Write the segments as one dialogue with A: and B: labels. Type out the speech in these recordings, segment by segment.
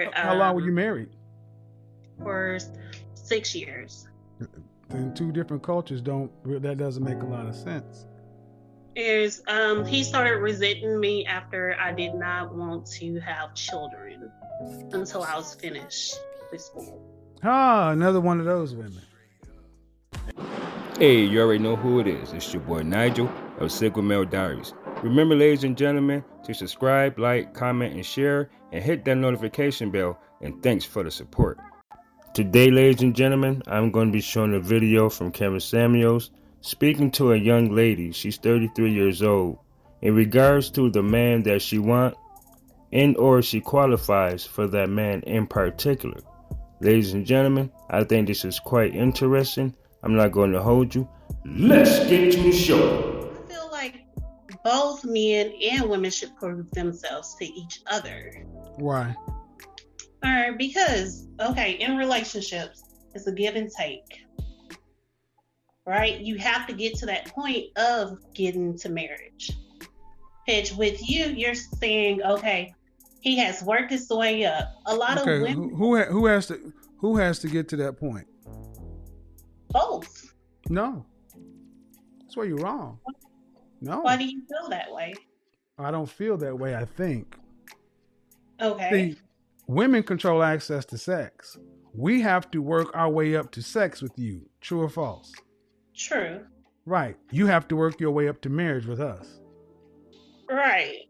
A: Um,
B: How long were you married?
A: For six years.
B: In two different cultures, don't that doesn't make a lot of sense.
A: Is um he started resenting me after I did not want to have children until I was finished with school.
B: Ah, another one of those women.
C: Hey, you already know who it is. It's your boy Nigel of Sigma Male Diaries. Remember, ladies and gentlemen, to subscribe, like, comment, and share, and hit that notification bell. And thanks for the support. Today, ladies and gentlemen, I'm going to be showing a video from Kevin Samuels speaking to a young lady. She's 33 years old. In regards to the man that she wants, and or she qualifies for that man in particular. Ladies and gentlemen, I think this is quite interesting. I'm not going to hold you. Let's get to the show.
A: I feel like both men and women should prove themselves to each other.
B: Why?
A: All right, because okay, in relationships, it's a give and take. Right? You have to get to that point of getting to marriage. Pitch with you, you're saying, okay, he has worked his way up. A lot
B: Okay,
A: of
B: who
A: women,
B: who ha- who has to who has to get to that point?
A: both.
B: No, that's where you're wrong. No,
A: Why do you feel that way?
B: I don't feel that way. I think
A: Okay.
B: See, women control access to sex. We have to work our way up to sex with you. True or false?
A: True.
B: Right. You have to work your way up to marriage with us.
A: Right.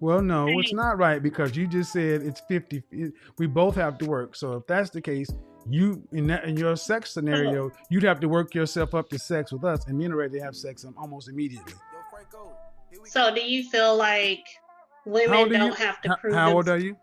B: Well, no, it's
A: Right.
B: not right because you just said it's 50. it- We both have to work. So if that's the case, you in that in your sex scenario, you'd have to work yourself up to sex with us, and men are ready to have sex um, almost immediately.
A: So do you feel like women
B: old are
A: don't
B: you?
A: have to
B: How,
A: prove
B: how old
A: them-
B: are you?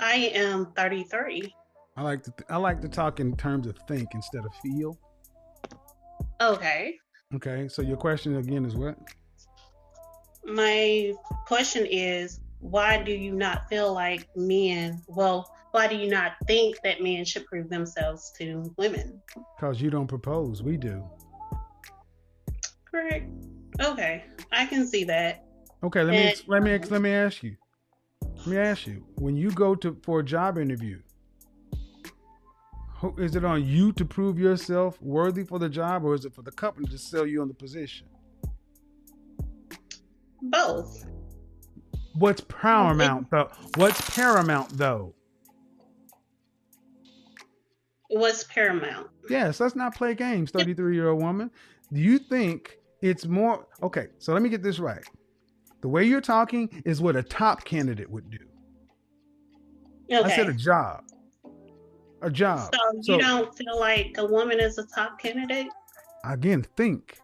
A: I am 33.
B: I like to th- I like to talk in terms of think instead of feel.
A: Okay.
B: Okay, so your question again is what?
A: My question is why do you not feel like men, well, why do you not think that men should prove themselves to women?
B: Because you don't propose, we do.
A: Correct. Okay. I can see that.
B: Okay, let me
A: Eh.
B: ex- let me ex- let me ask you. Let me ask you. When you go to for a job interview, who, is it on you to prove yourself worthy for the job, or is it for the company to sell you on the position?
A: Both.
B: What's paramount though? What's paramount though?
A: What's paramount?
B: Yes, let's not play games, 33 year old woman. Do you think it's more okay? So let me get this right. The way you're talking is what a top candidate would do.
A: Okay.
B: I said a job. A job.
A: so you don't feel like a woman is a top candidate?
B: again think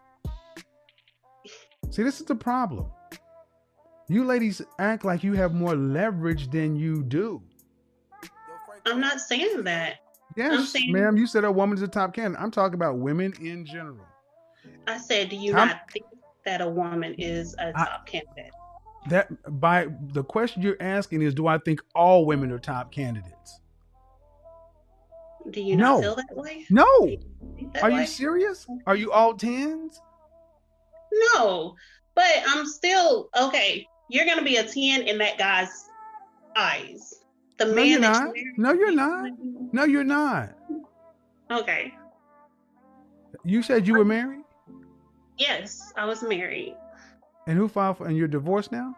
B: see this is the problem you ladies act like you have more leverage than you do
A: I'm not saying that. I'm
B: yes
A: saying-
B: ma'am you said a woman's a top candidate i'm talking about women in general
A: I said, do you
B: I'm-
A: not think that a woman is a
B: I-
A: top candidate?
B: that by the question you're asking is do i think all women are top candidates
A: Do you not
B: No.
A: feel that way?
B: no
A: Think that
B: are
A: way?
B: you serious are you all tens
A: No, but I'm still okay. You're gonna be a ten in that guy's eyes. The
B: No,
A: man
B: you're
A: that
B: not. No, you're not. no you're not
A: Okay.
B: you said you were married
A: Yes, I was married.
B: and who filed for and you're divorced now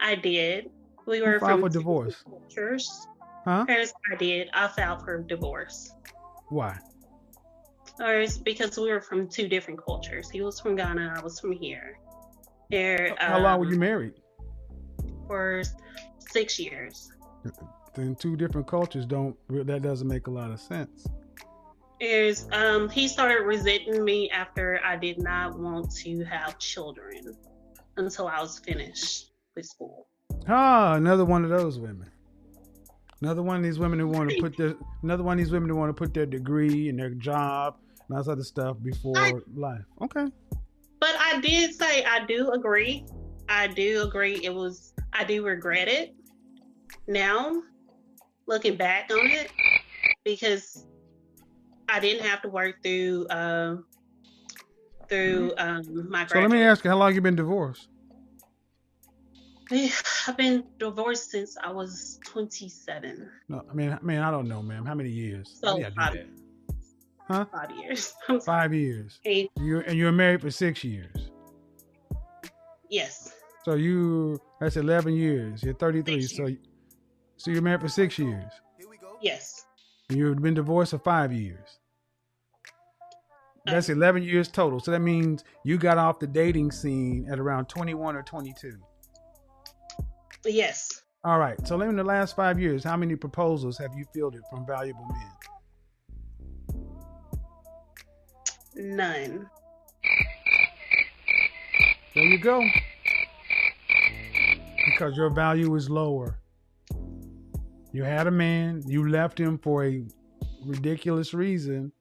A: I did. We
B: who
A: were from
B: filed for
A: two
B: divorce
A: cultures.
B: huh
A: Parents, I did. I filed for divorce.
B: why
A: Or it's because we were from two different cultures. He was from Ghana. I was from here. There.
B: how long were
A: um,
B: you married
A: For six years.
B: in two different cultures don't that doesn't make a lot of sense
A: is um he started resenting me after I did not want to have children until I was finished with school.
B: ah another one of those women another one of these women who want to put their another one of these women who want to put their degree and their job and all this other stuff before life okay
A: But I did say I do agree. I do agree it was I do regret it now looking back on it because I didn't have to work through um through um my
B: Mm-hmm. so let me
A: graduate-
B: ask you how long you been divorced
A: I've been divorced since I was 27.
B: No, I mean, I mean, I don't know, ma'am. How many years? How
A: So
B: do y'all do
A: five,
B: that? Huh?
A: five years. I'm sorry.
B: Five years.
A: Eight-
B: You and you were married for six years.
A: Yes.
B: So you that's eleven years. You're 33.
A: Six
B: So, so you're married for six years.
A: Yes.
B: And you've been divorced for five years. That's
A: Uh,
B: 11 years total. So that means you got off the dating scene at around 21 or 22.
A: Yes.
B: All right. So in the last five years, how many proposals have you fielded from valuable men?
A: None.
B: There you go. Because your value is lower. You had a man, you left him for a ridiculous reason.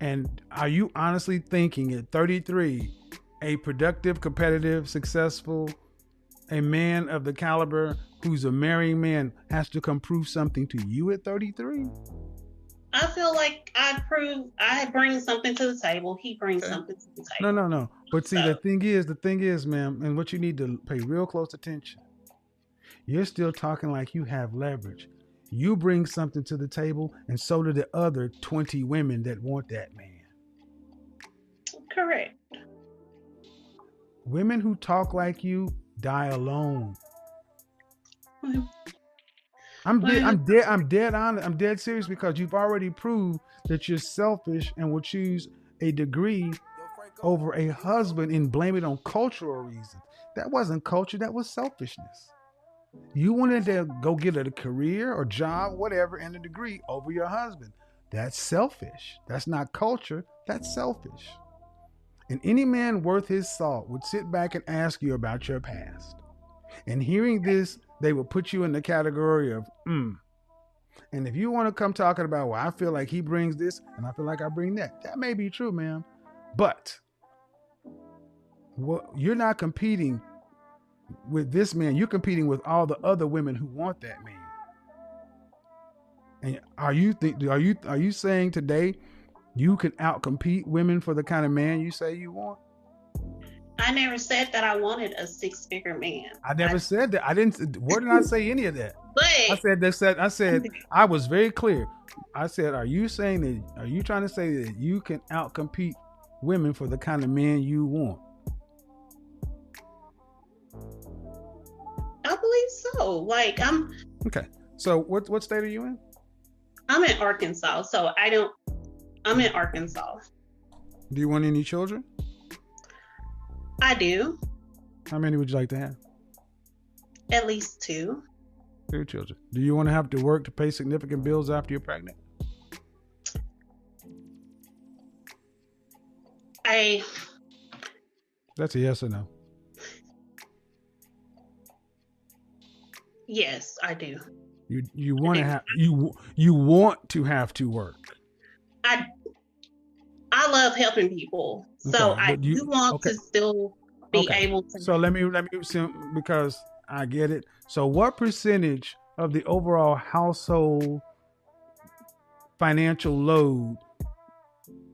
B: And are you honestly thinking at 33, a productive, competitive, successful, a man of the caliber who's a marrying man has to come prove something to you at 33?
A: I feel like I prove I bring something to the table. He brings
C: Okay.
A: something to the
B: No,
A: table.
B: no, no. But see, the
A: So-
B: thing is, the thing is, ma'am, and what you need to pay real close attention. You're still talking like you have leverage. You bring something to the table, and so do the other 20 women that want that man.
A: Correct.
B: Women who talk like you die alone.
A: Mhm.
B: I'm dead,
A: Well-
B: I'm dead, I'm dead on I'm dead serious because you've already proved that you're selfish and will choose a degree over a husband and blame it on cultural reasons. That wasn't culture, that was selfishness. You wanted to go get a career or job, whatever, and a degree over your husband. That's selfish. That's not culture, that's selfish. And any man worth his salt would sit back and ask you about your past. And hearing this, they will put you in the category of, mm. And if you want to come talking about, well, I feel like he brings this and I feel like I bring that, that may be true, ma'am. But what you're not competing with this man, you're competing with all the other women who want that man. And are you think are you are you saying today you can outcompete women for the kind of man you say you want?
A: I never said that I wanted a six figure man.
B: I never said that. I didn't where did I say any of that? I
A: But
B: said that said I said I was very clear. I said, are you saying that are you trying to say that you can outcompete women for the kind of man you want?
A: I believe so. Like I'm
B: So what what state are you in?
A: I'm in Arkansas, so I don't I'm in Arkansas.
B: Do you want any children?
A: I do.
B: How many would you like to have?
A: At least two.
B: Two children. Do you want to have to work to pay significant bills after you're pregnant?
A: I
B: That's a yes or no.
A: yes, I do.
B: You you want to have you you want to have to work.
A: I I love helping people. So
B: Okay,
A: I
B: but you-
A: do want
B: okay.
A: to still be
B: Okay.
A: able to
B: So let me let me sim- because I get it. So what percentage of the overall household financial load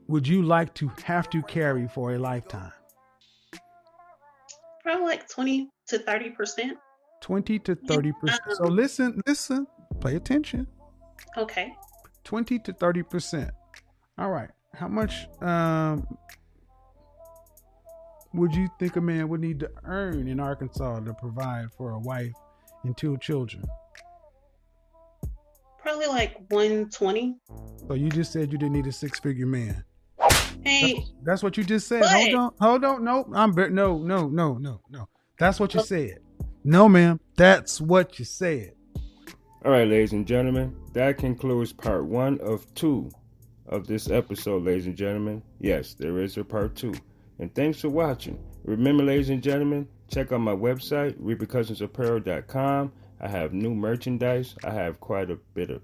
B: would you like to have to carry for a lifetime?
A: probably like twenty to thirty percent.
B: 20 to 30%. So listen, listen, pay attention.
A: Okay.
B: 20 to 30 percent all right how much um would you think a man would need to earn in arkansas to provide for a wife and two children
A: Probably like one twenty.
B: so you just said you didn't need a six-figure man
A: Hey,
B: that's what you just said
A: But-
B: hold on hold on no i'm ver- no no no no no that's what you said no ma'am that's what you said
C: All right, ladies and gentlemen, that concludes part one of two of this episode, ladies and gentlemen. Yes, there is a part two. And thanks for watching. Remember, ladies and gentlemen, check out my website, repercussionsapparel.com. I have new merchandise, I have quite a bit of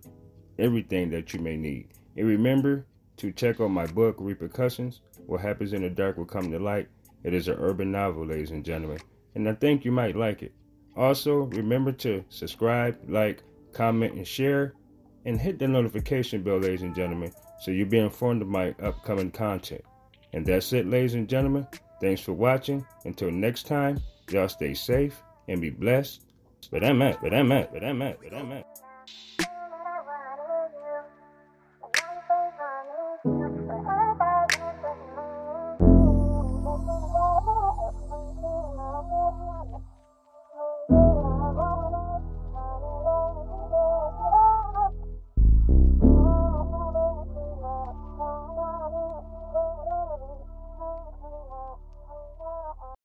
C: everything that you may need. And remember to check out my book, Repercussions What Happens in the Dark Will Come to Light. It is an urban novel, ladies and gentlemen, and I think you might like it. Also, remember to subscribe, like, comment, and share, and hit the notification bell, ladies and gentlemen, so you'll be informed of my upcoming content. And that's it, ladies and gentlemen. Thanks for watching. Until next time, y'all stay safe, and be blessed. But I'm at, but I'm at, but I'm at, but I'm at.